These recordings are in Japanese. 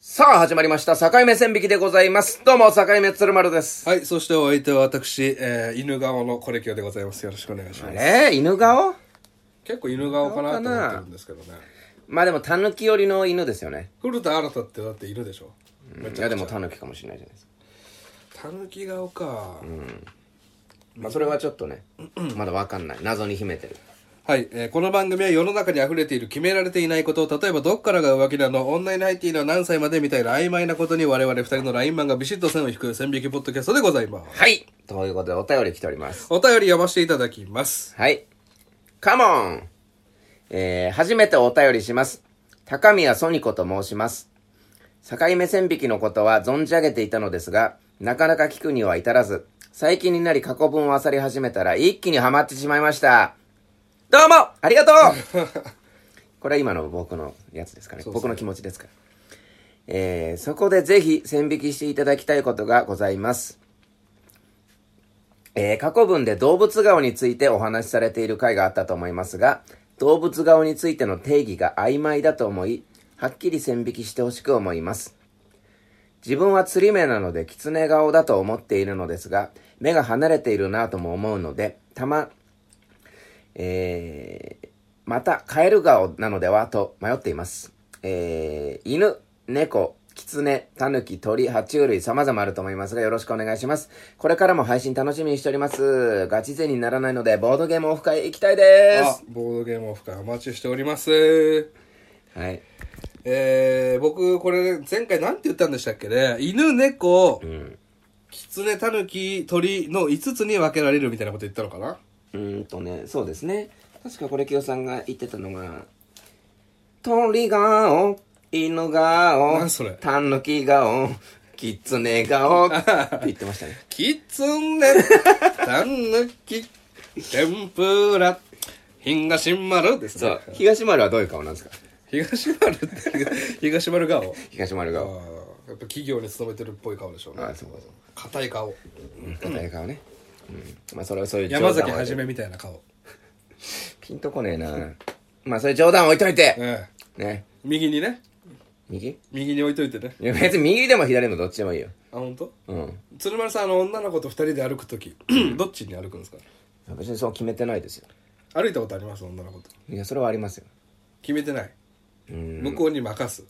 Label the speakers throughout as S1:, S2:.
S1: さあ、始まりました。境目線引きでございます。どうも、境目鶴丸です。
S2: はい、そしてお相手は私、えー、犬顔のコレキオでございます。よろしくお願いしま
S1: あ
S2: す。
S1: れ犬顔
S2: 結構犬顔かな
S1: 顔か
S2: と思
S1: な
S2: ってるんですけどね。
S1: まあでも、狸寄りの犬ですよね。
S2: 古田新太ってだって犬でしょ。め
S1: いや、でも狸かもしれないじゃないですか。
S2: たぬき顔か、
S1: まあ、それはちょっとね、まだわかんない。謎に秘めてる。
S2: はい、えーこの番組は世の中に溢れている決められていないこと、例えばどっからが浮気なの、女に入っていいのは何歳までみたいな曖昧なことに我々二人のラインマンがビシッと線を引く線引きポッドキャストでございます。
S1: はいということで、お便り来ております。
S2: お便り読ませていただきます。
S1: はい。カモンえー、初めてお便りします。高宮ソニコと申します。境目線引きのことは存じ上げていたのですが、なかなか聞くには至らず、最近になり過去文を漁り始めたら一気にハマってしまいました。どうもあり がとうこれは今の僕のやつですかね。
S2: そうですね
S1: 僕の気持ちですから。えー、そこでぜひ線引きしていただきたいことがございます。えー過去文で動物顔についてお話しされている回があったと思いますが、動物顔についての定義が曖昧だと思い、はっきり線引きしてほしく思います。自分は釣り目なので狐顔だと思っているのですが、目が離れているなぁとも思うので、たま、えーまたカエル顔なのではと迷っています。えー犬、猫、狐、狸、鳥、爬虫類様々あると思いますがよろしくお願いします。これからも配信楽しみにしております。ガチ勢にならないのでボードゲームオフ会行きたいで
S2: あ、ボードゲームオフ会お待ちしております。
S1: す。はい。
S2: えー、僕、これ、前回なんて言ったんでしたっけね犬、猫、
S1: ん
S2: キツネ、タヌキ、鳥の5つに分けられるみたいなこと言ったのかな
S1: うーんとね、そうですね。確かこれ清さんが言ってたのが、鳥顔、犬顔
S2: 何それ、
S1: タヌキ顔、キツネ 顔って言ってましたね。
S2: キツネ、タヌキ、天ぷら、東丸です
S1: そ
S2: ね
S1: う。。東丸はどういう顔なんですか
S2: 東丸って、東丸顔
S1: 東丸
S2: あー
S1: 顔。
S2: やっぱ企業に勤めてるっぽい顔でしょうね。
S1: あそうかそう
S2: 硬い顔。
S1: 硬い顔ね。うん。まあそれはそういう
S2: 山崎
S1: を
S2: は
S1: 置い
S2: じ
S1: て
S2: めみたいな顔。
S1: ピンとこねえな。まあそれ冗談置いといて。
S2: ええ
S1: ね。
S2: 右にね、
S1: 右い
S2: 右に置いといてね。
S1: や別に右でも左でもどっちでもいいよ。
S2: あ、本当？
S1: うん。
S2: 鶴丸さんあの女の子と二人で歩く時どっちに歩くんですか
S1: 別にそう決めてないですよ。
S2: 歩いたことあります女の子と
S1: いや、それはありますよ。
S2: 決めてない
S1: うん。
S2: 向こうに任す、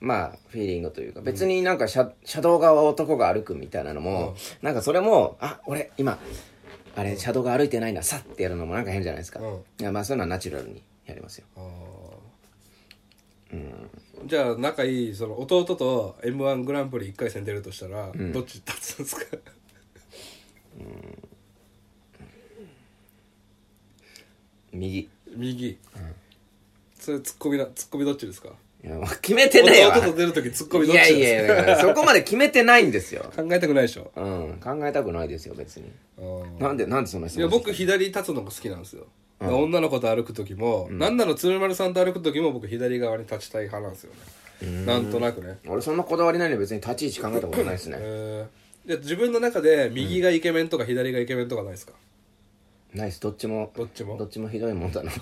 S1: まあフィーリングというか別になんか車車道側を男が歩くみたいなのも、なんかそれもあ俺今あれ車道が歩いてないなさってやるのもなんか変じゃないですか、
S2: うん
S1: いやまあそういうのはナチュラルにやりますよ
S2: あーじゃあ仲いいその弟と m 1グランプリ1回戦出るとしたら、どっち立つんですか
S1: 右
S2: 右、それツッコミなツッコミどっちですか
S1: いやもう決めてねえわ
S2: 弟と出る時ツッコミど
S1: い
S2: っちで
S1: や
S2: すか
S1: いやいやだからそこまで決めてないんですよ
S2: 考えたくないでしょ
S1: うん考えたくないですよ別に
S2: あー
S1: なんでなんでそんない質
S2: や
S1: 問
S2: 僕左立つのが好きなんですよ、女の子と歩く時も、なんなら鶴丸さんと歩く時も僕左側に立ちたい派なんですよねなんとなくね
S1: 俺そんなこだわりないのに別に立ち位置考えたことないですね
S2: えーで自分の中で右がイケメンとか左がイケメンとかないですか、
S1: ナイスどっちも
S2: どっちも
S1: どっちもひどいもんだなって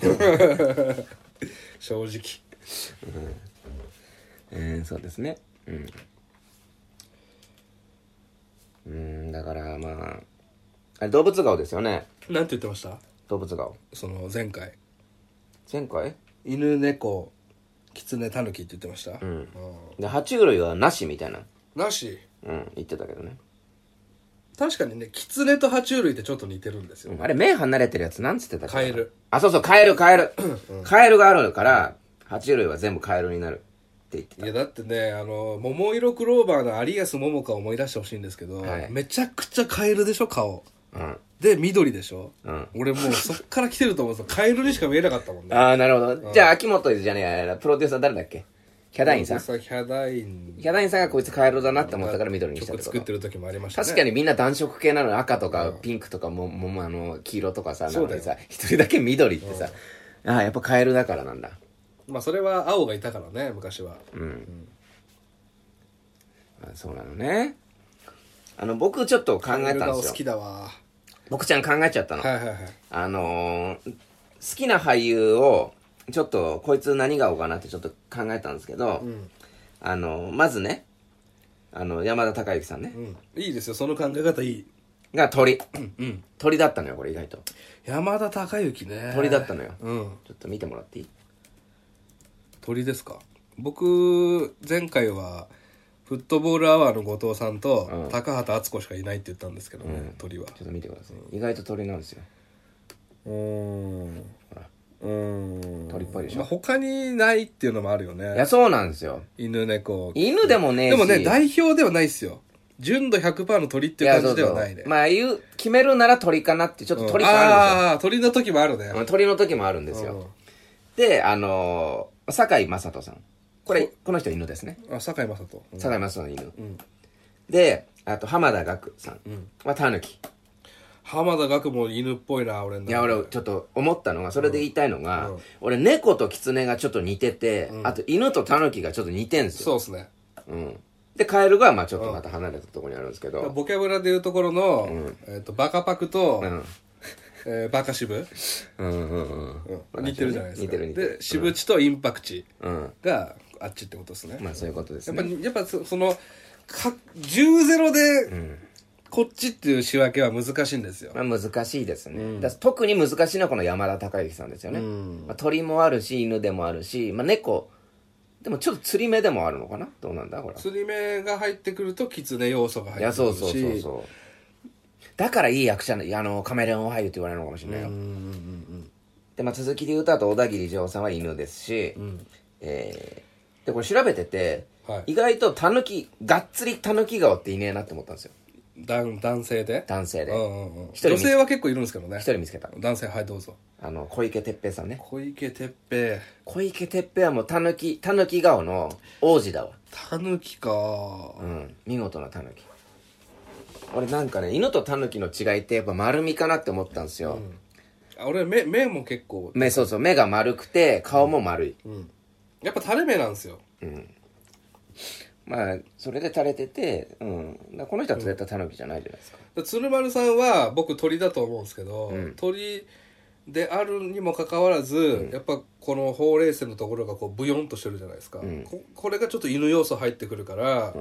S2: 正直
S1: えー、そうですねうんうーんだからまああれ動物顔ですよね
S2: なんて言ってました
S1: 動物顔
S2: その前回
S1: 前回
S2: 犬猫キツネタヌキって言ってました、
S1: んで爬虫類はなしみたいな
S2: なし
S1: うん言ってたけどね、
S2: 確かにねキツネと爬虫類ってちょっと似てるんですよ、
S1: うんあれ目離れてるやつなんつってたっけ
S2: カエル
S1: あそうそうカエルカエルカエルがあるから爬虫類は全部カエルになるって言って
S2: いやだってねあの桃色クローバーの有安桃香を思い出してほしいんですけど、
S1: はい
S2: めちゃくちゃカエルでしょ顔
S1: たうん
S2: で緑でしょ、
S1: うん
S2: 俺もうそっから来てると思うんですよカエルにしか見えなかったもんね
S1: ああなるほどじゃあ秋元じゃねえやプロデューサー誰だっけヒャダインさんヒ
S2: さヒャダイン
S1: ャダインさんがこいつカエルだなって思ったから緑にしたっ
S2: 曲
S1: てこ
S2: 作
S1: と
S2: ってる時もありましたね
S1: 確かにみんな暖色系なの赤とかピンクとかも、ももあの黄色とかさな
S2: そ
S1: の
S2: うだ
S1: に
S2: よ
S1: さ一人だけ緑ってさ、ああやっぱカエルだからなんだ
S2: まあそれは青がいたからね昔は、
S1: あそうなのねあの僕ちょっと考
S2: カエ
S1: え
S2: ル
S1: たん
S2: 顔
S1: で
S2: 好
S1: す
S2: き
S1: よ
S2: だわ
S1: 僕ちゃん考えちゃったの、
S2: はいはいはい
S1: あのー好きな俳優をちょっとこいつ何顔かなってちょっと考えたんですけど、あの、まずね、あの、山田孝之さんね
S2: う、ん、いいですよその考え方いい
S1: が鳥。
S2: うん
S1: 鳥だったのよ、これ意外と。
S2: 山田孝之ね
S1: 鳥だったのよ。
S2: うん
S1: ちょっと見てもらっていい
S2: 鳥ですか僕前回はフットボールアワーの後藤さんと高畑敦子しかいないって言ったんですけどね、鳥
S1: ち
S2: は
S1: ょっと見てください。意外と鳥なんですよ。
S2: うーん
S1: ほら。
S2: うん
S1: 鳥っぽいでしょ
S2: まあ、他にないっていうのもあるよ
S1: いや、
S2: ね
S1: そうなんですよ。
S2: 犬猫
S1: 犬でもねえし。
S2: でもね代表ではないですよ純度100%の鳥っていう感じではな
S1: や
S2: い
S1: そう
S2: ね
S1: そうまあ、言う、決めるなら鳥かなって、ちょっと鳥感あるんで
S2: ああー鳥の時もあるね
S1: すよ。うん鳥の時もあるんですよ。で、あのー、堺雅人さん。これ、この人犬ですね。
S2: あ堺雅人、うん
S1: 堺雅人の犬。
S2: ん
S1: で、あと、浜田岳さんはタヌキ。
S2: 浜田岳も犬っぽいな俺の中
S1: い
S2: で
S1: や、俺、ちょっと思ったのが、それで言いたいのが、俺、猫と狐がちょっと似てて、あと、犬と狸がちょっと似てんですよ。
S2: そうですね
S1: うん。で、カエルが、まあちょっとまた離れたところにあるんですけど、
S2: ボキャブラでいうところの、えっとバカパクと、
S1: ん
S2: えーバカ渋、
S1: うんうんうん。
S2: 似てるじゃないですか
S1: 似てる似てる
S2: で。渋地とインパクチ
S1: うん。
S2: があっちってことですね、
S1: まあそういうことです
S2: やっ
S1: ね
S2: ぱ。りやっぱそそのか10ゼロでこっちっていう仕分けは難しいんですよ、
S1: まあ難しいですね。だから特に難しいのはこの山田孝之さんですよね。まあ、鳥もあるし、犬でもあるし、まあ猫、でもちょっと釣り目でもあるのかなどうなんだこれは。
S2: 釣り目が入ってくると狐要素が
S1: い
S2: 入っ
S1: や、
S2: てく
S1: そ
S2: る
S1: う
S2: し
S1: そうそうそう。だからいい役者の、いやあの、カメレオン俳優って言われるのかもしれないよ。で、まあ続きで言うと、あと小田切丈さんは犬ですし、えー、で、これ調べてて、
S2: はい
S1: 意外とタヌキ、がっつりタヌキ顔っていねえなって思ったんですよ。
S2: 男男性で
S1: 男性で。
S2: うんうんうん
S1: 一人見
S2: 女性は結構いるんですけどね
S1: 一人見つけた。
S2: 男性はいどうぞ
S1: あの、小池徹平さんね。
S2: 小池徹平
S1: 小池徹平はもうタヌキ、タヌキ顔の王子だわ。
S2: タヌキか、
S1: うん。見事なタヌキ。俺なんかね、犬とタヌキの違いってやっぱ丸みかなって思ったんですよ。
S2: あ俺目目も結構
S1: 目、そうそう、目が丸くて、顔も丸い。
S2: やっぱ垂れ目なんですよ
S1: まあ、それで垂れてて、うん。だからこの人は絶対タヌキじゃないじゃないですか。
S2: で鶴丸さんは僕鳥だと思うんですけど、鳥であるにもかかわらず、やっぱこのほうれい線のところがこうブヨンとしてるじゃないですか、ここれがちょっと犬要素入ってくるから、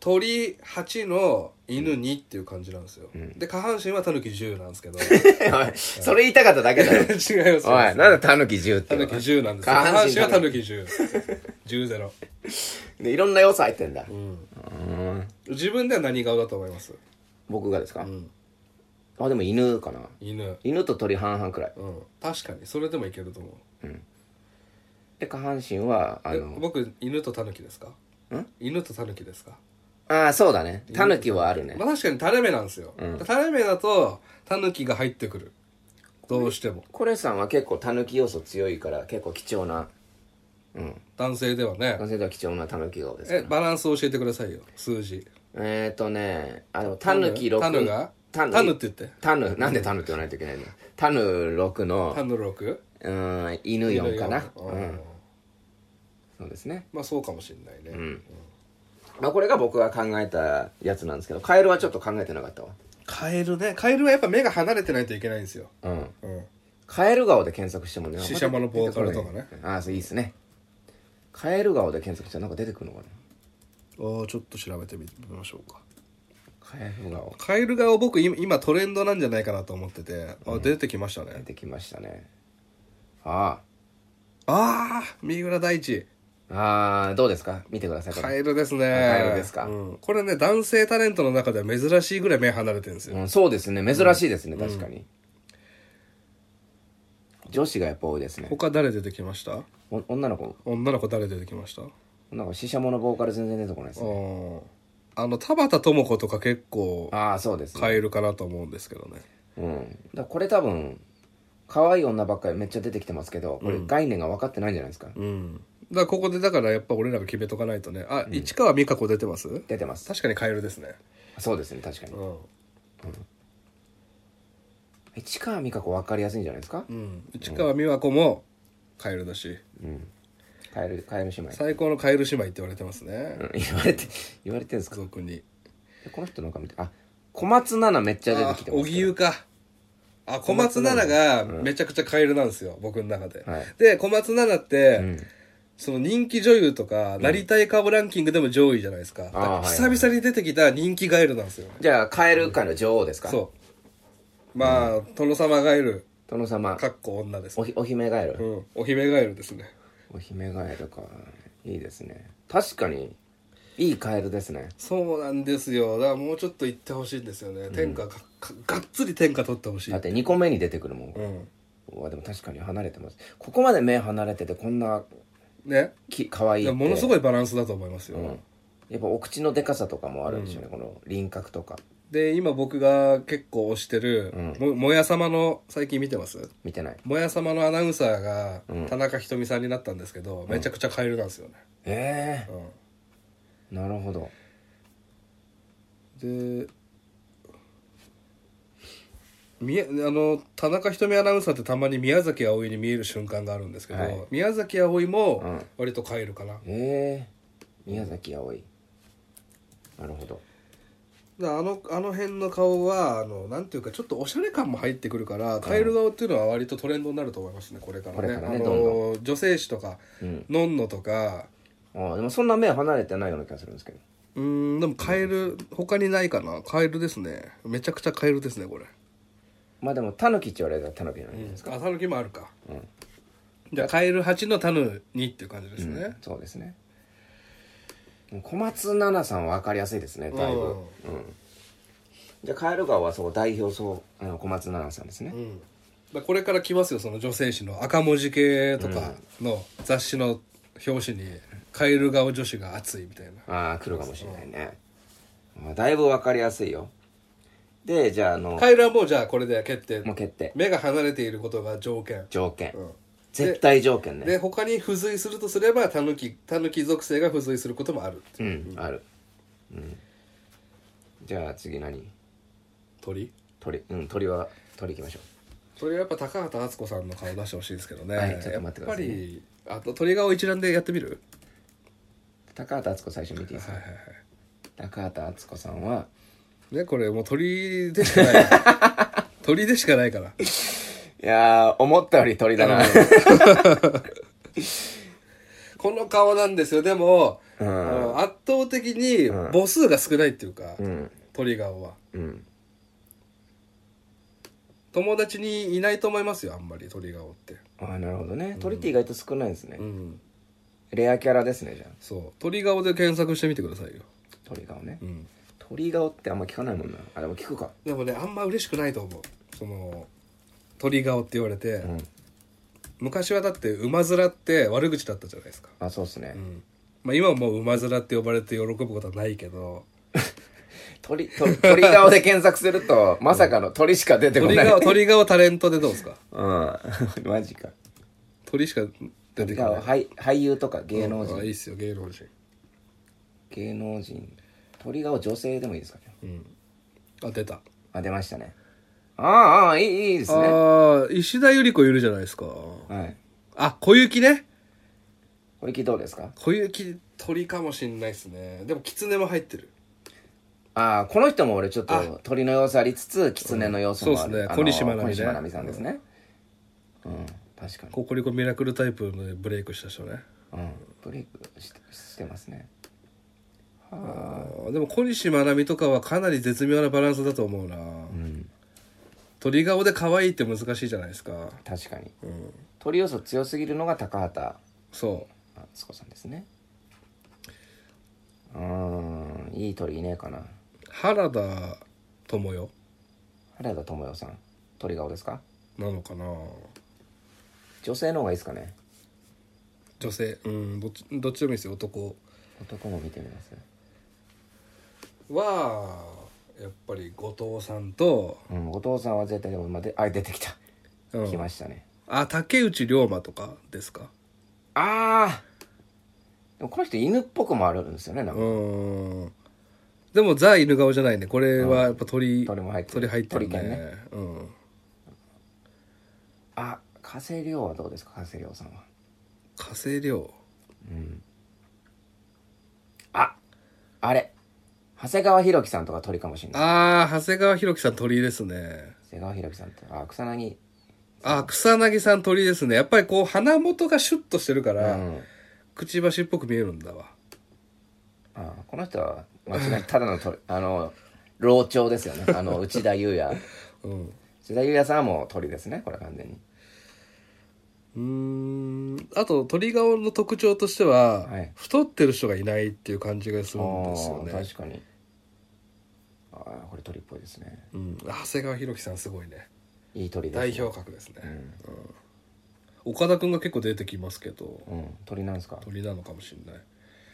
S2: 鳥8の犬2っていう感じなんですよ、で下半身はタヌキ10なんです けど違
S1: おい、 それ言いたかっただけだろ。
S2: います
S1: おい、なんでタヌキ10って
S2: タ
S1: いう
S2: ヌ
S1: の
S2: キ10なんですよ
S1: 下
S2: 下
S1: 半
S2: 半
S1: 身
S2: 身はタヌキ10 10ゼロ
S1: で、いろんな要素入ってんだ。
S2: 自分では何顔だと思います
S1: 僕がですか、あ、でも犬かな。
S2: 犬
S1: 犬と鳥半々くらい。
S2: うん確かにそれでもいけると思う
S1: で、下半身は、あ
S2: え
S1: の、
S2: 僕犬とタヌキですか
S1: ん
S2: 犬とタヌキですか、
S1: ああ、そうだね。タヌキはあるね。
S2: まあ、確かにタレ目なんですよ、タレ目だとタヌキが入ってくるどうしても
S1: コレさんは結構タヌキ要素強いから結構貴重な
S2: 男性ではね
S1: 男性では貴重なタヌキ顔です
S2: えバランスを教えてくださいよ数字
S1: えっ、ー、とねあのタヌキ6
S2: タヌが
S1: タ
S2: タ
S1: ヌ
S2: ヌって言って
S1: タヌなんでタヌって言わないといけないのタヌ6の
S2: タヌ6
S1: うーん犬4かな
S2: うん
S1: そうですね
S2: まあそうかもしれないね、
S1: まあこれが僕が考えたやつなんですけどカエルはちょっと考えてなかったわ
S2: カエルねカエルはやっぱ目が離れてないといけないんですよ、
S1: うん
S2: うん、
S1: カエル顔で検索してもね
S2: シシャモのボーカルとかね
S1: ああそういいですねカエル顔で検索したらなんか出てくるのかな
S2: おーちょっと調べてみみましょうか
S1: カエル顔
S2: カエル顔僕今今トレンドなんじゃないかなと思っててあ出てきましたね、
S1: 出てきましたねあ
S2: ああ三浦大知
S1: あああどうですか見てくださいこれ
S2: カエルですね
S1: カエルですか
S2: うんこれね男性タレントの中では珍しいぐらい目離れてるんですよ、
S1: うん、そうですね珍しいですね、確かに、女子がやっぱ多いですね
S2: 他誰出てきました
S1: お女の子
S2: 女の子誰出てきました
S1: なんかシシャモのボーカル全然出てこないです
S2: う
S1: ね
S2: んあの田畑智子とか結構
S1: ああそうですね、
S2: カエルかなと思うんですけどね
S1: うん、だからこれ多分可愛い女ばっかりめっちゃ出てきてますけどこれ概念が分かってないんじゃないですか、
S2: うんだからここでだからやっぱ俺らが決めとかないとねあ、市川美香子出てます
S1: 出てます
S2: 確かにカエルですね
S1: そうですね確かに
S2: うん、
S1: 市川美香子分かりやすいんじゃないですか、
S2: うん、市川美和子もカエルだし
S1: カエルカエル姉妹、
S2: 最高のカエル姉妹って言われてますね
S1: うん 言われて言われてるんですか
S2: 俗に
S1: でこの人なんか見てあ小松菜奈めっちゃ出
S2: あ
S1: てきてま
S2: お
S1: す
S2: ぎゆかあ小松菜奈がめちゃくちゃカエルなんですよ、僕の中で、
S1: はい
S2: で小松菜奈って、その人気女優とか、なりたい株ランキングでも上位じゃないですか。だから
S1: あーはい
S2: 久々に出てきた人気ガエルなんですよね。
S1: じゃあ、カエル界の女王ですか
S2: そう。まあ、殿様ガエル、
S1: 殿様
S2: か、っこ女です
S1: お。ひお姫ガエル
S2: う。ん。お姫ガエルですね。
S1: お姫ガエルか。いいですね。確かに、いいカエルですね。
S2: そうなんですよ。だからもうちょっと行ってほしいんですよね。天下が、かがっつり天下取ってほしい
S1: だっ。て2個目に出てくるもん。
S2: うん。
S1: うわでも確かに離れてます。ここまで目離れてて、こんな
S2: ね。
S1: き可愛い
S2: い
S1: って
S2: やものすごいバランスだと思いますよ。
S1: うんやっぱお口のでかさとかもあるんでしょうね、この輪郭とか
S2: で、今僕が結構推してる、も、もや様の、最近見てます
S1: 見てない
S2: もや様のアナウンサーが、田中ひとみさんになったんですけど、めちゃくちゃカエルなんですよね。
S1: ええ
S2: うん。
S1: なるほど
S2: でみあの田中瞳アナウンサーってたまに宮崎あおいに見える瞬間があるんですけど、
S1: はい
S2: 宮崎あおいも
S1: ん
S2: 割と変えるかな、
S1: ええ宮崎あおいなるほど
S2: だあのあの辺の顔はあのなんていうかちょっとおしゃれ感も入ってくるからカエル顔っていうのは割とトレンドになると思いますねこれからね
S1: これからね
S2: あの
S1: どん
S2: 女性誌とか、のんのとか
S1: ああでもそんな目離れてないような気がするんですけど
S2: うーんでもカエル他にないかなカエルですねめちゃくちゃカエルですねこれ
S1: まあでもタヌキって言われたらタヌキなんで、
S2: あタヌキもあるか、じゃあカエル8のタヌ2っていう感じですね、
S1: そうですねもう小松菜奈さんは分かりやすいですねだいぶ、
S2: うん
S1: じゃあカエル川はそう代表そうあの小松菜奈さんですね、
S2: うんだこれから来ますよその女性誌の赤文字系とかの雑誌の表紙に「カエル顔女子が熱い」みたいな
S1: ああ来るかもしれないね、まあ、だいぶ分かりやすいよでじゃああの
S2: カエルはもうじゃあこれで決定
S1: もう決定
S2: 目が離れていることが条件、
S1: 条件、
S2: うん
S1: 絶対条件ね
S2: で他に付随するとすればタヌキタヌキ属性が付随することもある
S1: うんある、うん、じゃあ次何
S2: 鳥
S1: 鳥うん鳥は鳥行きましょ
S2: 鳥はやっぱ高畑敦子さんの顔出してほしいですけどね、
S1: はいちょっと待ってくださいね
S2: やっぱりあと鳥顔一覧でやってみる
S1: う高畑敦子最初見ていいですか、
S2: はいはいはい
S1: 高畑敦子さんは
S2: ねこれもう鳥でしか ない鳥でしかないから
S1: いやー思ったより鳥だな
S2: この顔なんですよでも、
S1: うん
S2: あの圧倒的に母数が少ないっていうか、
S1: うん
S2: 鳥顔は
S1: うん
S2: 友達にいないと思いますよあんまり鳥顔って
S1: あーなるほどね鳥って意外と少ないですね、
S2: うん
S1: レアキャラですねじゃあ
S2: そう鳥顔で検索してみてくださいよ、
S1: 鳥顔ね、
S2: うん、
S1: 鳥顔ってあんま聞かないもんなあでも聞くか
S2: でもねあんま嬉しくないと思うその鳥顔って言われて、
S1: うん
S2: 昔はだって馬面って悪口だったじゃないですか、
S1: あそうっすね、
S2: うんまあ、今はもう馬面って呼ばれて喜ぶことはないけど
S1: 鳥鳥鳥顔で検索するとまさかの鳥しか出てこ
S2: 鳥
S1: ない
S2: 顔鳥顔タレントでどうですか
S1: うん マジか
S2: 鳥しか出て
S1: じ
S2: こ
S1: ゃ
S2: ない
S1: あ俳俳優とか芸能人、
S2: あいいっすよ芸能人
S1: 芸能人鳥顔女性でもいいですかね
S2: あ出た、
S1: あ出ましたねああああいいいいですね
S2: ああ石田ゆり子いるじゃないですか
S1: はい
S2: あ小雪ね
S1: これ聞いどうですか
S2: 小雪鳥かもしんないっすねでも狐も入ってる
S1: ああこの人も俺ちょっと鳥の様子ありつつ狐の様子もある、
S2: そうですね
S1: あの
S2: 小西真奈
S1: 小
S2: 美ね
S1: 西真奈美さんですねうん、確かに
S2: ココリコミラクルタイプのブレイクした人ね
S1: うんブレイクしてしてますね
S2: あーでも小西真奈美とかはかなり絶妙なバランスだと思うな、
S1: うん
S2: 鳥顔で可愛いって難しいじゃないですか
S1: 確かに
S2: うん
S1: 鳥要素強すぎるのが高畑
S2: そ
S1: 敦子さんですねうんいい鳥いねえかな
S2: う原田知世
S1: 原田知世さん鳥顔ですか
S2: なのかな
S1: 女性の方がいいですかね
S2: 女性うんどっちどっちでもいいですよ男
S1: 男も見てみます
S2: はやっぱり後藤さんと、
S1: うんお父さんは絶対でも、まあ、であ出てきた、
S2: うん
S1: 来ましたね
S2: あ竹内涼真とかですか
S1: ああでもこの人犬っぽくもあるんですよねなん
S2: う
S1: か、
S2: ーんでもザ犬顔じゃないねこれはやっぱ鳥、
S1: 鳥も入ってる
S2: 鳥入ってるね
S1: 鳥犬
S2: うん
S1: あ加瀬亮はどうですか加瀬亮さんは
S2: 火星涼
S1: ああれ長谷川博己さんとか鳥かもしれない
S2: ああ長谷川博己さん鳥ですね
S1: 長谷川博己さんってあ草薙
S2: あ草薙さん鳥ですねやっぱりこう鼻元がシュッとしてるから、
S1: うん
S2: くちばしっぽく見えるんだわ
S1: ああこの人は間違いなくただのと あの老鳥ですよねあ の内田裕也
S2: うん
S1: 内田裕也さんはもう鳥ですねこれは完全に
S2: うーんあと鳥顔の特徴としては、
S1: はい
S2: 太ってる人がいないっていう感じがするんですよ
S1: ああ
S2: ね
S1: 確かにああこれ鳥っぽいですね
S2: うん、長谷川博己さんすごいね
S1: いい鳥です、
S2: 代表格ですね、うん岡田君が結構出てきますけど
S1: うん鳥なんですか
S2: 鳥なのかもしれない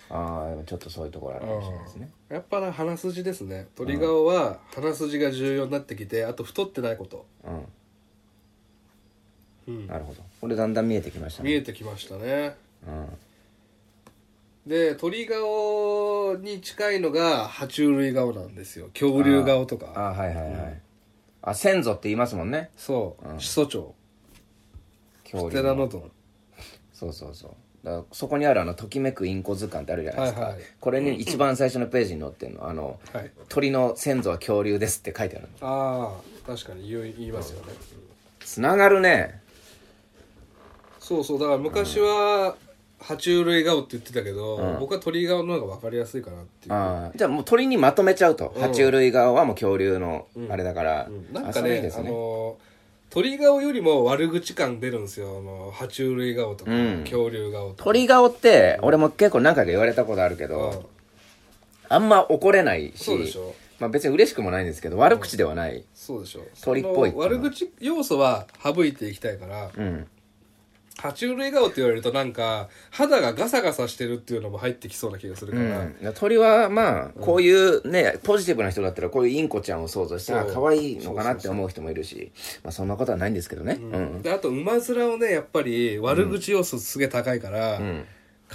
S1: ああでもちょっとそういうところあるかもしれないですね
S2: やっぱな鼻筋ですね鳥顔は鼻筋が重要になってきてあと太ってないこと、
S1: うん
S2: うん、
S1: なるほどこれだんだん見えてきましたね
S2: 見えてきましたね
S1: うん
S2: で鳥顔に近いのが爬虫類顔なんですよ恐竜顔と
S1: あ
S2: か
S1: あはいはいはい、あ先祖って言いますもんね
S2: そう、
S1: うん
S2: 始祖鳥
S1: 恐
S2: テ
S1: 竜
S2: ラ
S1: の
S2: ノドン
S1: そうそうそうだからそこにあるあの「ときめくインコ図鑑」ってあるじゃないですか、
S2: はいはい
S1: これに一番最初のページに載ってるの「あの
S2: はい
S1: 鳥の先祖は恐竜です」って書いてある
S2: ああ確かに言い言いますよね、
S1: つながるね
S2: そうそうだから昔は爬虫類顔って言ってたけど、
S1: うん
S2: 僕は鳥顔の方が分かりやすいかなっていう、
S1: ああじゃあもう鳥にまとめちゃうと爬虫類側はもう恐竜のあれだから、
S2: うん
S1: あ
S2: なんか
S1: それい
S2: ね
S1: いです
S2: あの鳥顔よりも悪口感出るんですよあの爬虫類顔とか、
S1: うん
S2: 恐竜顔とか
S1: 鳥顔って俺も結構何回か言われたことあるけど、
S2: うん
S1: あんま怒れないし
S2: そうでしょ
S1: まあ、別に嬉しくもないんですけど悪口ではない、
S2: そうでしょ
S1: 鳥っぽいっていうの
S2: その
S1: は
S2: 悪口要素は省いていきたいから、
S1: うん、
S2: 爬虫類顔って言われるとなんか肌がガサガサしてるっていうのも入ってきそうな気がする
S1: う
S2: から、
S1: ん、鳥はまあこういうねポジティブな人だったらこういうインコちゃんを想像して
S2: そう
S1: あ可愛いのかなって思う人もいるしまあそんなことはないんですけどねうん
S2: であと馬面をねやっぱり悪口要素すげえ高いから、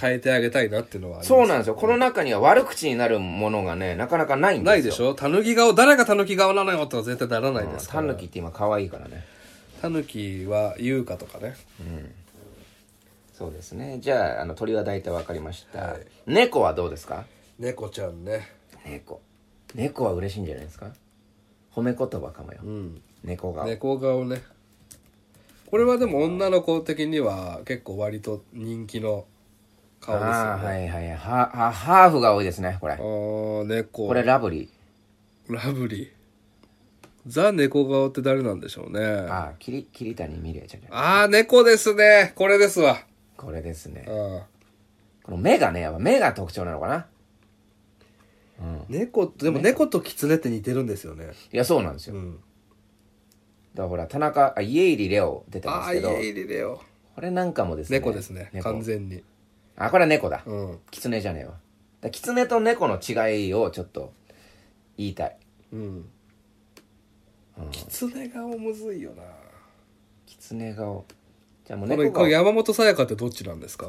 S2: 変えてあげたいなっていうのはあります
S1: そうなんですよこの中には悪口になるものがねなかなかないんですよ
S2: ないでしょタヌキ顔誰がタヌキ顔なのよとは絶対ならないです
S1: タ
S2: から
S1: ヌキって今可愛いからね
S2: タヌキは優香とかね
S1: そうですねじゃああの鳥は大体わかりました、
S2: はい
S1: 猫はどうですか
S2: 猫ちゃんね
S1: 猫猫は嬉しいんじゃないですか褒め言葉かもよ、
S2: うん
S1: 猫が、
S2: 猫顔ねこれはでも女の子的には結構割と人気の
S1: あ
S2: 顔ですよ
S1: あ
S2: ね
S1: はいはいはいはあハーフが多いですねこれ
S2: あー猫
S1: これラブリー
S2: ラブリーザ猫顔って誰なんでしょうねあ
S1: ああ桐桐谷美玲ちゃんじゃん
S2: あー猫ですねこれですわ
S1: これですね
S2: うん
S1: この目がねやっぱ目が特徴なのかなうん
S2: 猫とでも猫と狐って似てるんですよね
S1: いやそうなんですよ、
S2: ん
S1: だからほら田中あ家入レオ出てま
S2: あ
S1: す
S2: あ
S1: けど
S2: 家入れよ
S1: これなんかもですね
S2: 猫ですね
S1: 猫
S2: 完全に
S1: あこれは猫だ、
S2: うん
S1: 狐じゃねえわだから狐と猫の違いをちょっと言いたい
S2: うん狐顔むずいよな
S1: 狐顔じゃあもう
S2: これ
S1: 猫
S2: これ
S1: が
S2: 山本さやかってどっちなんですか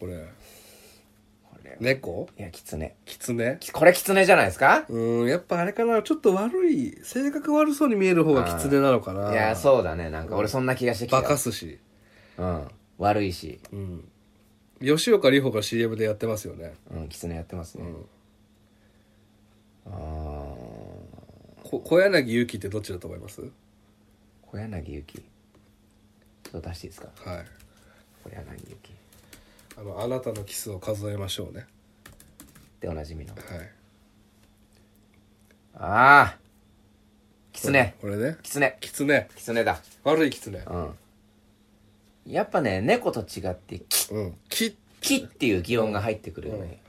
S2: これ
S1: これ
S2: 猫
S1: いや狐
S2: 狐
S1: きこれ狐じゃないですか
S2: うんやっぱあれかなちょっと悪い性格悪そうに見える方が狐なのかないい
S1: やそうだねなんか俺そんな気がしてきた
S2: バカすし
S1: うん悪いし
S2: うん吉岡里帆が CM でやってますよね
S1: うん狐やってますね、ああ
S2: こ小柳ゆきってどっちだと思います
S1: 小柳ゆきちょっと出していいですか
S2: はい
S1: 小柳ゆき
S2: あの「あなたのキスを数えましょうね
S1: でおなじみの」
S2: はい
S1: ああ狐
S2: これね
S1: 狐
S2: 狐
S1: 狐だ
S2: 悪い狐
S1: うんやっぱね猫と違ってキ
S2: うんき
S1: キっていう擬音が入ってくるよね、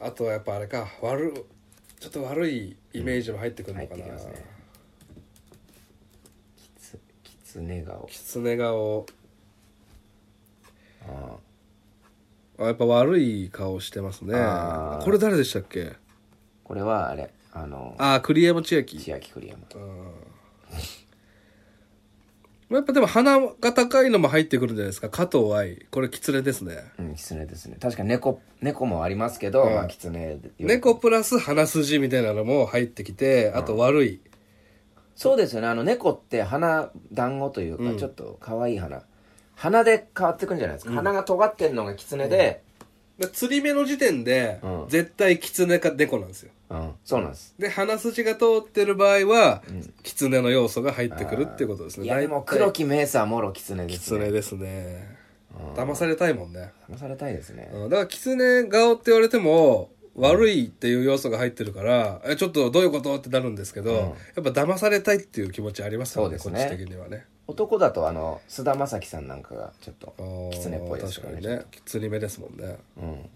S2: あとはやっぱあれか悪ちょっと悪いイメージも入ってくるのかな、
S1: 入ってきますねつ狐顔
S2: 狐顔
S1: あ
S2: あやっぱ悪い顔してますね
S1: あー
S2: これ誰でしたっけ
S1: これはあれあの
S2: ああ栗山千
S1: 千
S2: 明
S1: 秋栗山
S2: やっぱでも鼻が高いのも入ってくるんじゃないですか加藤愛これ狐ですね
S1: うん狐ですね確かに猫猫もありますけど、まあ狐より
S2: 猫プラス鼻筋みたいなのも入ってきてあと悪い、
S1: そうですよねあの猫って鼻団子というか、ちょっと可愛い鼻鼻で変わってくんじゃないですか、鼻が尖ってんのが狐で、
S2: で釣り目の時点で、
S1: うん
S2: 絶対狐か猫なんですよ
S1: うんそうなんです
S2: で鼻筋が通ってる場合は、狐の要素が入ってくるっていうことですね
S1: いやでも
S2: 大体
S1: 黒木メイサーもろ狐ですね
S2: 狐ですね
S1: う
S2: 騙されたいもんね、
S1: 騙されたいですね。
S2: うん、だから狐顔って言われても悪いっていう要素が入ってるから、えちょっとどういうことってなるんですけど、やっぱ騙されたいっていう気持ちありますよね
S1: そうですね
S2: こっち的にはね
S1: 男だと、あの、菅田将暉さんなんかが、ちょっと
S2: あ、ー
S1: 狐っぽいですよ
S2: 確
S1: ね。
S2: かにね釣り目ですもんね
S1: うん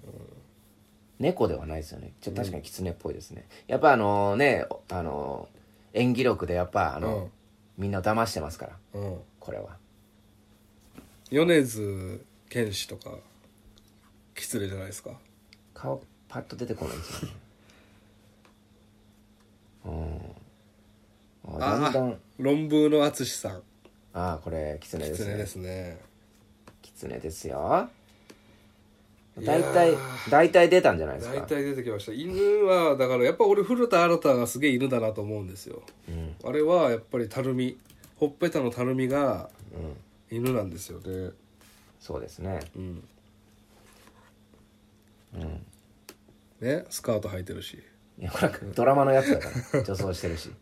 S1: 猫ではないですよねちょ確かに狐っぽいですね、やっぱあのねあの演技力でやっぱあの、
S2: うん
S1: みんなを騙してますから
S2: うん
S1: これは
S2: 米津玄師とか失礼じゃないですか
S1: 顔パッと出てこないんですよねうんあだんだん
S2: 論文の淳さん
S1: ああこれ狐です
S2: 狐
S1: ね
S2: ですね
S1: 狐ですよ
S2: いや
S1: 大
S2: ー
S1: 体大体出たんじゃないです
S2: 大
S1: か
S2: 体出てきました犬はだからやっぱ俺古田新太がすげえ犬だなと思うんですよ、あれはやっぱりたるみほっぺたのたるみが犬なんですよね
S1: そうですね
S2: うん、ねスカート履いてるし
S1: いやこれドラマのやつだから女装してるし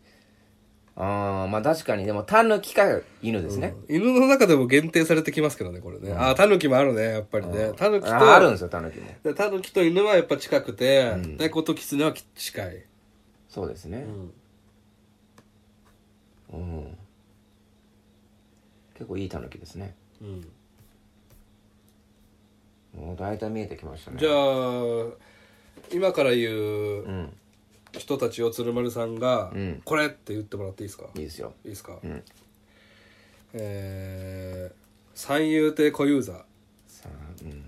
S1: ああまあ確かにでもタヌキか犬ですね、
S2: 犬の中でも限定されてきますけどねこれね、ああタヌキもあるねやっぱりねタヌキと
S1: ああるんですよタヌキも
S2: でタヌキと犬はやっぱ近くて、猫とキツネはき近い、
S1: そうですねうん、結構いいタヌキですね
S2: うん
S1: もう大体見えてきましたね
S2: じゃ
S1: あ
S2: あ今から言
S1: う
S2: うん人たちを鶴丸さんが「
S1: ん
S2: これ!」って言ってもらっていいですか、
S1: い
S2: い
S1: いですよ
S2: いですか、
S1: ん
S2: えー、三遊亭小遊三
S1: さあうん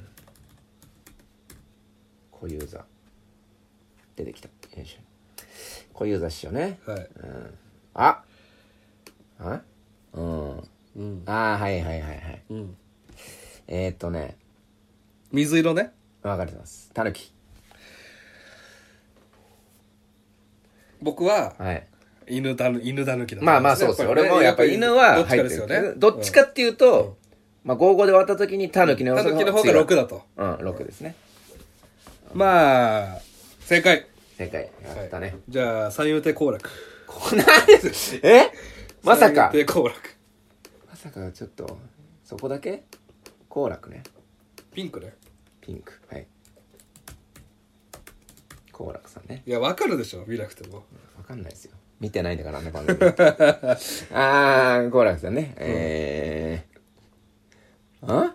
S1: 小遊三出てきたよいしょ小遊三師匠ね
S2: はい、
S1: うんああうん
S2: うん
S1: ああはいはいはいはい
S2: うん、
S1: えー、っとね
S2: 水色ね
S1: 分かりますタヌキ
S2: 僕は
S1: はい
S2: 犬だぬ犬だぬきだ
S1: まあまあそうですよ。俺もやっぱ犬は入ってる。どっちか
S2: っ
S1: っていうと、まあ55で割った時にタヌキの要
S2: てた
S1: 素
S2: ぬきの方が
S1: 強い
S2: 6だと
S1: うん、6ですね。
S2: まあ正解
S1: 正解。やったね。
S2: じゃあ三遊亭好楽
S1: こないです。えまさか
S2: 三。遊亭好楽
S1: まさかちょっと、そこだけ好楽ね。
S2: ピンクね
S1: ピンク。はい。好楽さんね。
S2: いやわかるでしょ見なくても
S1: わかんないですよ。見てないんだから、あの番 組。あー、好楽さんね。えー。ん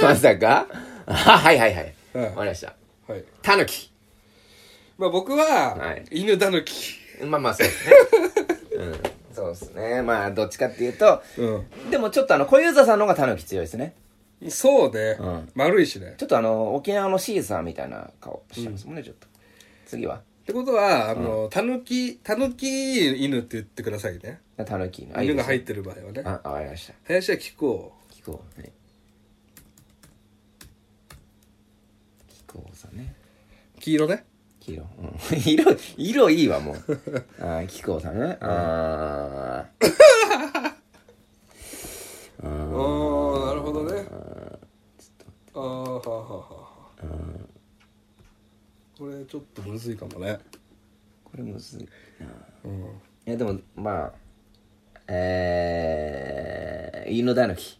S1: まさかあはいはいはい。
S2: うん
S1: わかりました。
S2: はい
S1: タヌキ。
S2: まあ僕は、
S1: はい
S2: 犬だぬき
S1: まあまあそう ですね。うん。そうですね。まあどっちかっていうと、
S2: う
S1: でもちょっとあの小遊三さんの方がタヌキ強いですね。
S2: んそうね、
S1: うん
S2: 丸いしね
S1: ちょっとあの沖縄のシーサーみたいな顔してますもんね、ちょっと。次は
S2: ってことはあのたぬきたぬき犬って言ってくださいね
S1: タヌキの。あ
S2: 犬が入っ
S1: いい
S2: てる場合はね
S1: ですねあ、わかりました。
S2: 林は聞こう
S1: 聞こう。はい。聞こうさんね。
S2: 黄色ね
S1: 黄色。うん。 色、色いいわ、もう。ああ、聞こうさんね。ああ。
S2: ああーなるほどねああはあはあはあこれちょっとむずいかもね
S1: これむずいな。
S2: うん
S1: いやでもまあえー、犬だぬき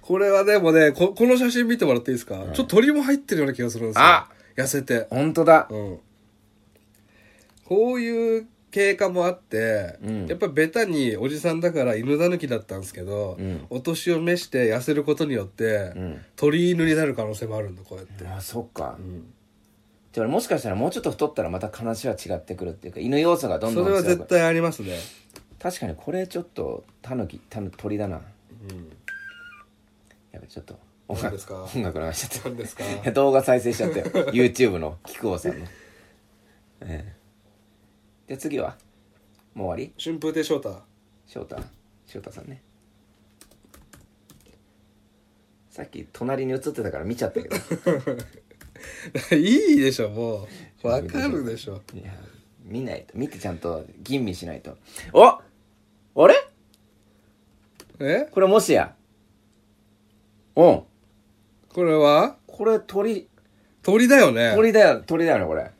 S2: これはでもねここの写真見てもらっていいですか、ちょっと鳥も入ってるような気がするんですよ
S1: あ
S2: 痩せて
S1: 本当だ
S2: うんこういう経過もあって、やっぱりベタにおじさんだから犬だぬきだったんですけど、お年を召して痩せることによって、鳥犬になる可能性もあるんだこうやって、
S1: あそっか、じゃあ俺もしかしたらもうちょっと太ったらまた話は違ってくるっていうか犬要素がどんど
S2: そ
S1: ん
S2: れは
S1: 強
S2: 絶
S1: く
S2: 対ありますね
S1: 確かにこれちょっとタヌキタヌ鳥だな、やべちょっと音
S2: 何
S1: 楽
S2: ですか
S1: 音楽流しちゃっ
S2: 何ですか
S1: たいや 動画再生しちゃったよ YouTube の木久扇さんのええで次はもう終わり
S2: 春風亭昇太
S1: 翔太翔太さんねさっき隣に映ってたから見ちゃったけど
S2: いいでしょもうわかるでしょ
S1: いや見ないと見てちゃんと吟味しないとおあれ
S2: え
S1: これもしやうん
S2: これは
S1: これ鳥
S2: 鳥だよね
S1: 鳥だよ鳥だよねこれ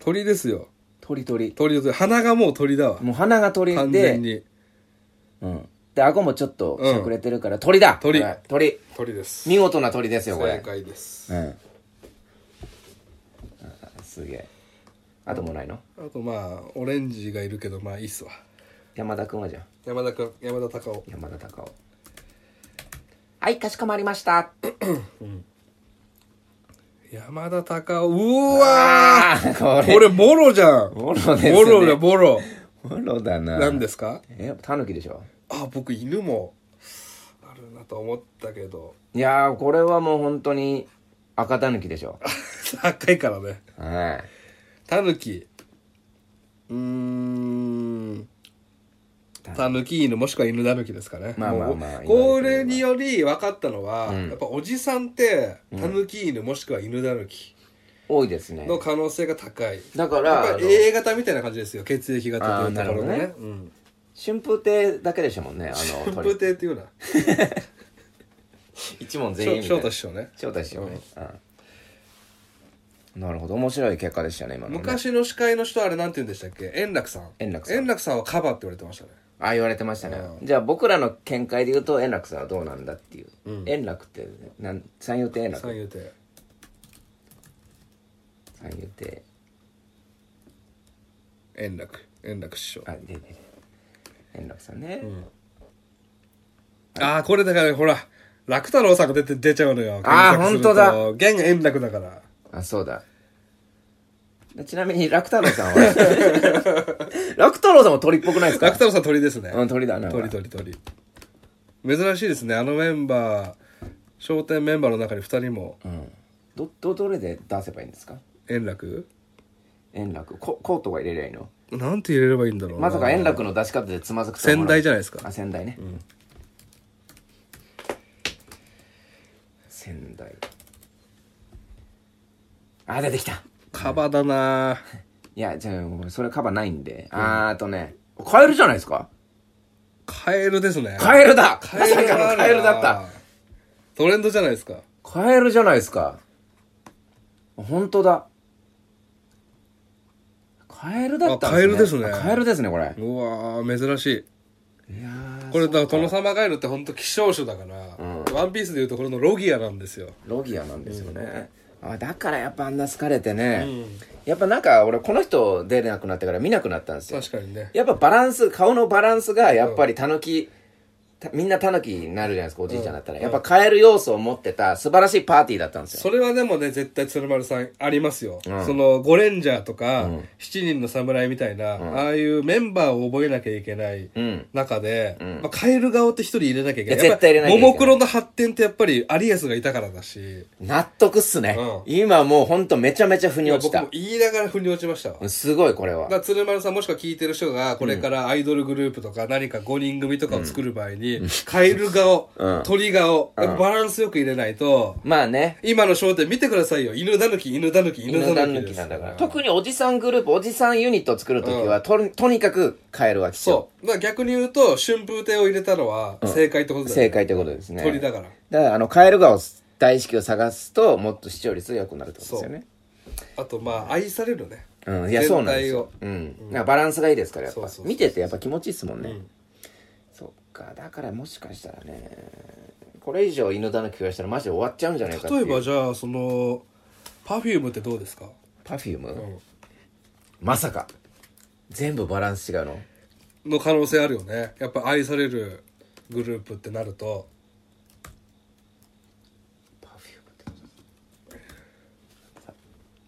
S2: 鳥ですよ
S1: 鳥鳥
S2: 鳥です鼻がもう鳥だわ
S1: もう鼻が鳥
S2: 完全
S1: で、
S2: に
S1: うん、で、顎もちょっとしゃくれてるから、鳥だ
S2: 鳥
S1: はい鳥。
S2: 鳥です
S1: 見事な鳥ですよ、こ
S2: 正
S1: れ。
S2: 解です
S1: うん。あすげえ。あともうないの
S2: あとまあオレンジがいるけどまあいいっすわ
S1: 山田くんはじゃん。
S2: 山田君山田隆夫
S1: 山田隆夫。はい、かしこまりました。
S2: 山田隆夫うわ
S1: あーこ
S2: ーこれボロじゃん
S1: ボロですね
S2: ボロだボロ
S1: れ、ボロだな。
S2: 何ですか
S1: え、タヌキでしょ
S2: あ僕犬もあるなと思ったけど
S1: いやー、これはもう本当に赤タヌキでしょ。
S2: 高いからね
S1: は
S2: タヌキうーんタヌキ犬もしくは犬タヌキですかね
S1: まあまあ
S2: もう
S1: まあ
S2: これにより分かったのは、やっぱおじさんってタヌキ犬もしくは犬タヌキ
S1: い。多いですね
S2: の。可能性が高い、
S1: だか
S2: や
S1: ら、
S2: っぱ A 型みたいな感じですよ血液型というところが
S1: あーなる
S2: ね
S1: ほ
S2: うん
S1: 春風亭だけでしたもんね。あの、鳥
S2: 春風亭っていうな
S1: 一問全員
S2: 翔
S1: みた
S2: 翔
S1: いな
S2: 太師匠
S1: 招
S2: ね
S1: 待しようね、うんなるほど面白い結果でしたね今のね
S2: 昔の司会の人あれなんて言うんでしたっけ円楽さん
S1: 円楽さん
S2: 円楽さんはカバーって言われてましたね
S1: ああ言われてましたね、じゃあ僕らの見解で言うと円楽さんはどうなんだっていう、円楽ってなん三遊亭円楽
S2: 三遊亭
S1: 三遊亭
S2: 円楽円楽師匠
S1: あででで円楽さんね、
S2: ああ、これだからほら、楽太郎さんが出て、出ちゃうのよ。
S1: あー
S2: 検索する
S1: 本当だ
S2: と。現円楽だから。
S1: あそうだちなみに楽太郎さんは 楽太郎さんも鳥っぽくないです
S2: 楽
S1: か
S2: 太郎さん鳥ですね。
S1: うん鳥だな
S2: 鳥鳥鳥。珍しいですね。あのメンバー、笑点メンバーの中に二人も、
S1: うんどどどれで出せばいいんですか
S2: 円楽
S1: 円楽ココートが入れりゃいいの
S2: なんて入れればいいんだろうな。
S1: まさか円楽の出し方でつまずくとは思わなか
S2: 仙
S1: った
S2: 台じゃないですか
S1: あ。仙台ね、仙台あ出てきた
S2: カバだな
S1: いやじゃあごめんそれカバーないんで、あーあとねカエルじゃないですか
S2: カエルですね。
S1: カエルだ
S2: カエル
S1: まさかのカエルだった。
S2: トレンドじゃないですか。
S1: カエルじゃないですか本当だカエルだったん
S2: あカエルですね
S1: あカエルですねこれ
S2: うわー、珍しい。
S1: いやー
S2: これ、だから、殿様ガエルって本当希少種だから、ワンピースでいうところのロギアなんですよ。
S1: ロギアなんですよね、あだからやっぱあんな好かれてね、やっぱなんか俺この人出れなくなってから見なくなったんですよ
S2: 確かにね。
S1: やっぱバランス顔のバランスがやっぱりタヌキたみんなタヌキになるじゃないですかおじいちゃんだったら、やっぱ変える要素を持ってた素晴らしいパーティーだったんですよ
S2: それはでもね、絶対鶴丸さんありますよ。その、ゴレンジャーとか、七人の侍みたいな、ああいうメンバーを覚えなきゃいけない
S1: ん
S2: 中で、まあ、カエル顔って一人入れなきゃいけな
S1: い
S2: い。
S1: や絶対入れなきゃいけない
S2: ももクロの発展ってやっぱりアリエスがいたからだし、
S1: 納得っすね、
S2: う
S1: 今もうほんとめちゃめちゃ腑に落ち
S2: 僕
S1: た
S2: も言いながら腑に落ちましたわ。
S1: すごいこれ
S2: だ
S1: は
S2: から鶴丸さんもしくは聞いてる人がこれからアイドルグループとか何か5人組とかを作る場合に、カエル顔、
S1: うん
S2: 鳥顔、やっぱバランスよく入れないと、
S1: まあね
S2: 今の焦点見てくださいよ。犬だぬき、犬だぬき、犬
S1: 犬
S2: だ
S1: だ
S2: ぬ
S1: ぬ
S2: きで
S1: き
S2: す。
S1: なんだから特におじさんグループおじさんユニットを作るときは、ととにかく変えるは必要
S2: そう。だから逆に言うと、春風亭を入れたのは正解ってことだよね
S1: 正解ということですね
S2: 鳥だから。
S1: だからあのカエル顔大意識を探すともっと視聴率が良くなるってことですよね
S2: あと、まあ、愛されるね。
S1: うんいやそうなんですよ、
S2: 全
S1: うん、だからバランスがいいですからやっぱ
S2: そうそうそう
S1: 見ててやっぱ気持ちいいですもんね、そっかだからもしかしたらねこれ以上犬だぬき増やしたらマジで終わっちゃうんじゃないかってい
S2: 例
S1: う
S2: えば、じゃあ、その、パフュームってどうですか
S1: パフューム、まさか全部バランス違うの
S2: の可能性あるよね。やっぱ愛されるグループってなると、
S1: パフュームって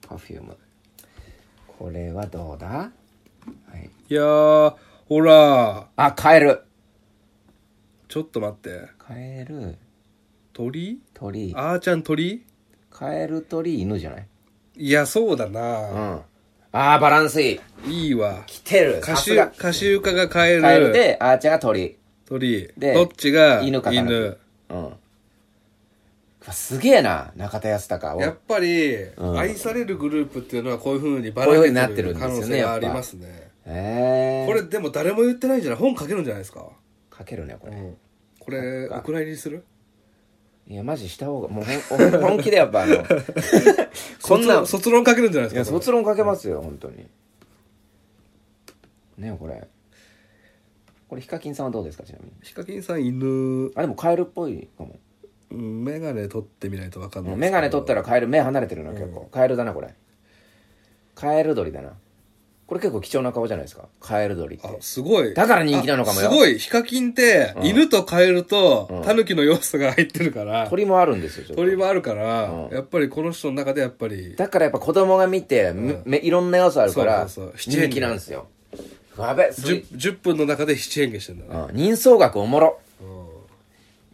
S1: パフュームこれはどうだ、はい、
S2: いやー、ほら、
S1: あカエル
S2: ちょっと待って。
S1: カエル
S2: 鳥
S1: 鳥
S2: あーちゃん鳥
S1: カエル鳥犬じゃない
S2: いや、そうだ
S1: うん
S2: な、
S1: ああバランスいい
S2: いいわ。
S1: 来てるさ
S2: カシ
S1: す
S2: ュ
S1: が
S2: カシュウカがカエル。
S1: カエルであーちゃんが鳥
S2: 鳥。
S1: で
S2: どっちが
S1: 犬かタヌキ
S2: 犬
S1: うんうわすげえな中田康隆
S2: やっぱり、愛されるグループっていうのはこういうふうにバ
S1: こういう風に
S2: ラ
S1: なっ
S2: け
S1: て
S2: て
S1: る
S2: る
S1: んですよ
S2: 可
S1: ね
S2: 能性がありますね。
S1: ええ
S2: これでも誰も言ってないんじゃない本書けるんじゃないですか
S1: かけるねこれ、
S2: これ、お蔵入りにする
S1: いやマジした方がもうほん 本気でやっぱあのこんなん
S2: 卒卒論書けるんじゃない
S1: い
S2: で
S1: や
S2: すかこ
S1: 卒論かけますよ本当にねこれこれヒカキンさんはどうですかちなみに
S2: ヒカキンさん犬
S1: あでもカエルっぽいかも
S2: うん眼鏡取ってみないと分かんない
S1: もう眼鏡取った
S2: ら
S1: らカエル目離れてるな結構、カエルだなこれカエル鳥だなこれ結構貴重な顔じゃないですかカエル鳥って
S2: あすごい
S1: だから人気なのかもよ
S2: あすごいヒカキンって、犬とカエルと
S1: ん
S2: タヌキの要素が入ってるから、
S1: 鳥もあるんですよちょっと
S2: 鳥もあるから、
S1: うん
S2: やっぱりこの人の中でやっぱり
S1: だからやっぱ子供が見て、めいろんな要素あるから
S2: そうそうそう七変化
S1: 人気なんですよやべすごい
S2: 10, 10分の中で七変化してんだね、
S1: うん人相学おもろ
S2: う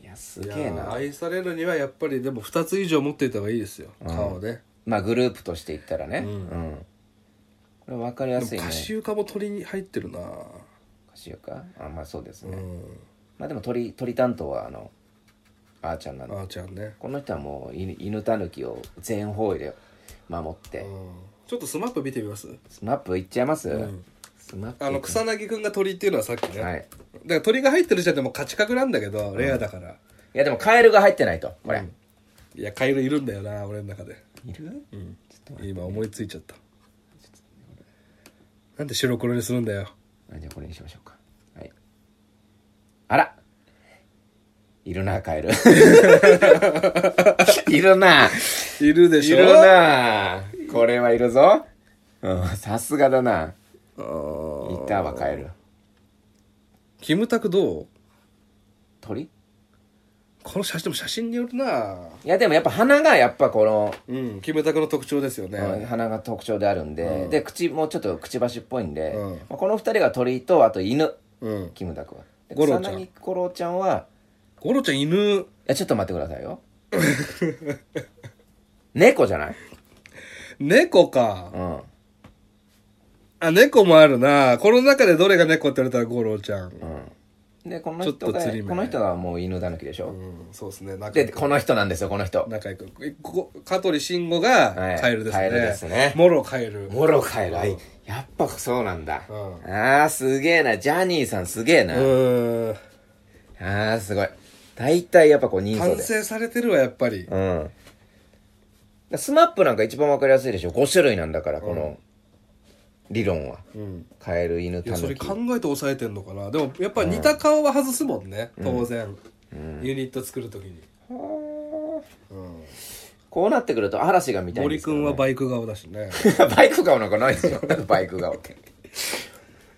S2: ん
S1: いやすげ
S2: いや
S1: えな
S2: 愛されるにはやっぱりでも2つ以上持っていた方がいいですよ、顔ね
S1: まあグループとして言ったらねうんこれ分かりやすいね
S2: カシウカも鳥に入ってるな
S1: カシオカあまあそうです
S2: う
S1: ね
S2: ん
S1: まあでも鳥鳥担当はあのあーちゃんなん
S2: あ
S1: で
S2: ーちゃんね、
S1: この人はもう犬犬たぬきを全方位で守っ
S2: う
S1: て
S2: ん、ちょっとスマップ見てみます
S1: スマップいっちゃいますスマップ
S2: あの草薙くんが鳥っていうのはさっきね、
S1: はい
S2: だから鳥が入ってる時点でもう勝ち確なんだけどレアだから、
S1: いやでもカエルが入ってないとこれ
S2: いやカエルいるんだよな俺の中で
S1: いる
S2: 今思いついちゃったなんで白黒にするんだよ
S1: あじゃあこれにしましょうかはいあらいるなカ エル いるない
S2: るで
S1: い
S2: しょ
S1: るなこれはいるぞうんさすがだな
S2: あー
S1: いたわカエル
S2: キムタクどう
S1: 鳥い
S2: この写真でも写真によるな
S1: やでもやっぱ鼻がやっぱこの
S2: うんキムタクの特徴ですよね、
S1: 鼻が特徴であるんで、で口もちょっとくちばしっぽいんで、
S2: うん
S1: まあこの二人が鳥とあと犬
S2: うん
S1: キムタクはで
S2: ゴ
S1: 草
S2: ロちゃん
S1: 薙五郎ちゃんは
S2: ゴロちゃん犬
S1: いやちょっと待ってください よ猫じゃない
S2: 猫か
S1: うん
S2: あ猫もあるなこの中でどれが猫って言われたらゴロちゃん
S1: でこの
S2: ちょ
S1: 人
S2: っと
S1: が
S2: 釣り目ね
S1: この人がもう犬だぬきでしょ、
S2: うんそうですね中
S1: でこの人なんですよこの人
S2: 中井君ここ香取慎吾が
S1: はい
S2: カエルですね、
S1: カエルですね
S2: もろカエル
S1: モロカエライやっぱそうなんだ、
S2: うん
S1: ああすげえなジャニーさんすげえな、
S2: うん
S1: ああすごい大体やっぱこう人相
S2: 完
S1: で
S2: 成されてるわやっぱり
S1: うんだスマップなんか一番わかりやすいでしょ5種類なんだからこの理論は、カエル犬
S2: い
S1: タ
S2: やそ
S1: ヌ
S2: れ
S1: キ
S2: 考えて抑えてんのかなでもやっぱ似た顔は外すもんね、当然、ユニット作るときに、うん
S1: こうなってくると嵐が見たいんで
S2: 森
S1: すけど
S2: 君はバイク顔だしね
S1: バイク顔なんかないですよ バイク顔って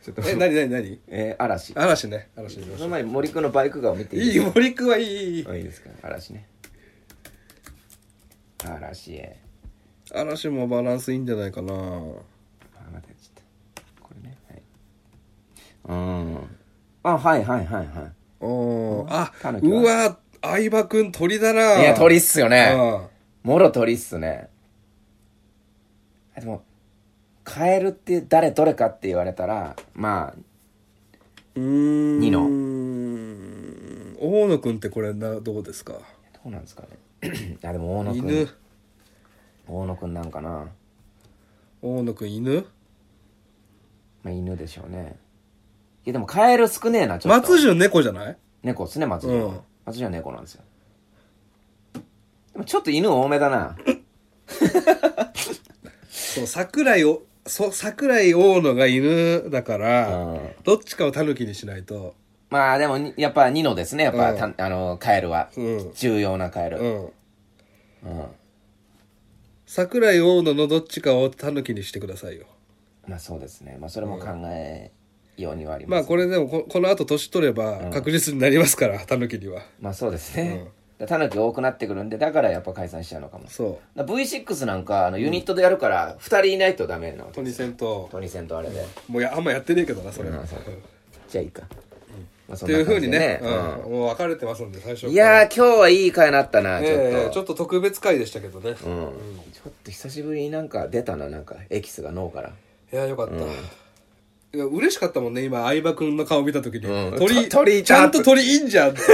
S1: ちょっと
S2: え何何何
S1: えー嵐
S2: 嵐ね嵐見ま
S1: そ
S2: しょ
S1: の前に森君のバイク顔見て
S2: う
S1: いい
S2: いい森君はいいいい
S1: あいいですか嵐ね嵐へ
S2: 嵐もバランスいいんじゃないかな
S1: あ待ってちょっとこれねはいうんあはいはいはいは
S2: うんあ
S1: 狸
S2: う
S1: は
S2: わ相葉君鳥だない
S1: いや鳥っすよね
S2: うん
S1: もろ鳥っすねあでもカエルって誰どれかって言われたらまあ
S2: うーん
S1: ニノ
S2: 大野くんってこれなどうですか
S1: どうなんですかね あでも大野くん
S2: 犬
S1: 大野くんなんかな、
S2: 大野くん犬
S1: まあ、犬でしょうねいやでもカエル少ねえなちょっと
S2: 松潤猫じゃない
S1: 猫ですね松潤は、
S2: うん
S1: 松潤は猫なんですよでもちょっと犬多めだな
S2: そう桜井をそう桜井大野が犬だから、
S1: うん
S2: どっちかをタヌキにしないと
S1: まあでもにやっぱニノですねやっぱ、
S2: うん
S1: たあのカエルは、
S2: うん
S1: 重要なカエル、
S2: うん
S1: うん
S2: 桜井大野のどっちかをタヌキにしてくださいよ
S1: まあそうですねまあそれも考えようにはあり
S2: ま
S1: ま
S2: あ
S1: す、
S2: これでもここの後年取れば確実になりますから、タヌキには
S1: まあそうですね、タヌキ多くなってくるんでだからやっぱ解散しちゃうのかも
S2: そ
S1: だ V6 なんかあのユニットでやるから2人いないとダメなわ
S2: う
S1: け
S2: トニセンと
S1: トニセンとあれで、
S2: もうやあんまやってねえけどなそれ、
S1: うんそうじゃあいいか、まあそ
S2: っ
S1: んな
S2: ていうふう
S1: 感じ
S2: にね
S1: で
S2: うんもう分かれてますんで最初から
S1: いやー今日はいい回なったな、ちょっと、
S2: ええちょっと特別会でしたけどね、
S1: う
S2: い
S1: ん、ちょっと久しぶりになんか出たななんかエキスが脳から、
S2: やよかった、いや嬉しかったもんね今相葉君の顔見た時に、
S1: うん
S2: 鳥
S1: と鳥
S2: ちゃんと鳥いいんじゃんって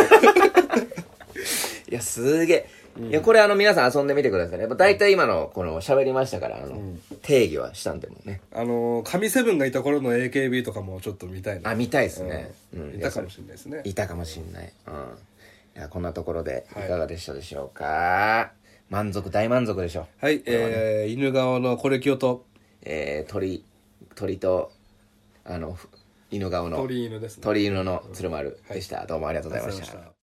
S1: いやすげえ、いやこれあの皆さん遊んでみてくださいねやっぱ大体今のこの喋りましたからあの、定義はしたんでもね
S2: あのー神セブンがいた頃の AKB とかもちょっと見たいな
S1: あ見たいですね、うん
S2: いたかもしれないですね
S1: いたかもしんない、うんいやこんなところでい
S2: はい
S1: かがでしたでしょうか、満足大満足でしょう
S2: はい、えー、犬顔のこれきよと
S1: えー鳥鳥とあのふ
S2: 犬顔の
S1: 鳥居犬ですね
S2: 鳥犬の鶴丸でした。どうもありがとうございま
S1: あり
S2: し
S1: がとうござい
S2: た
S1: ま。した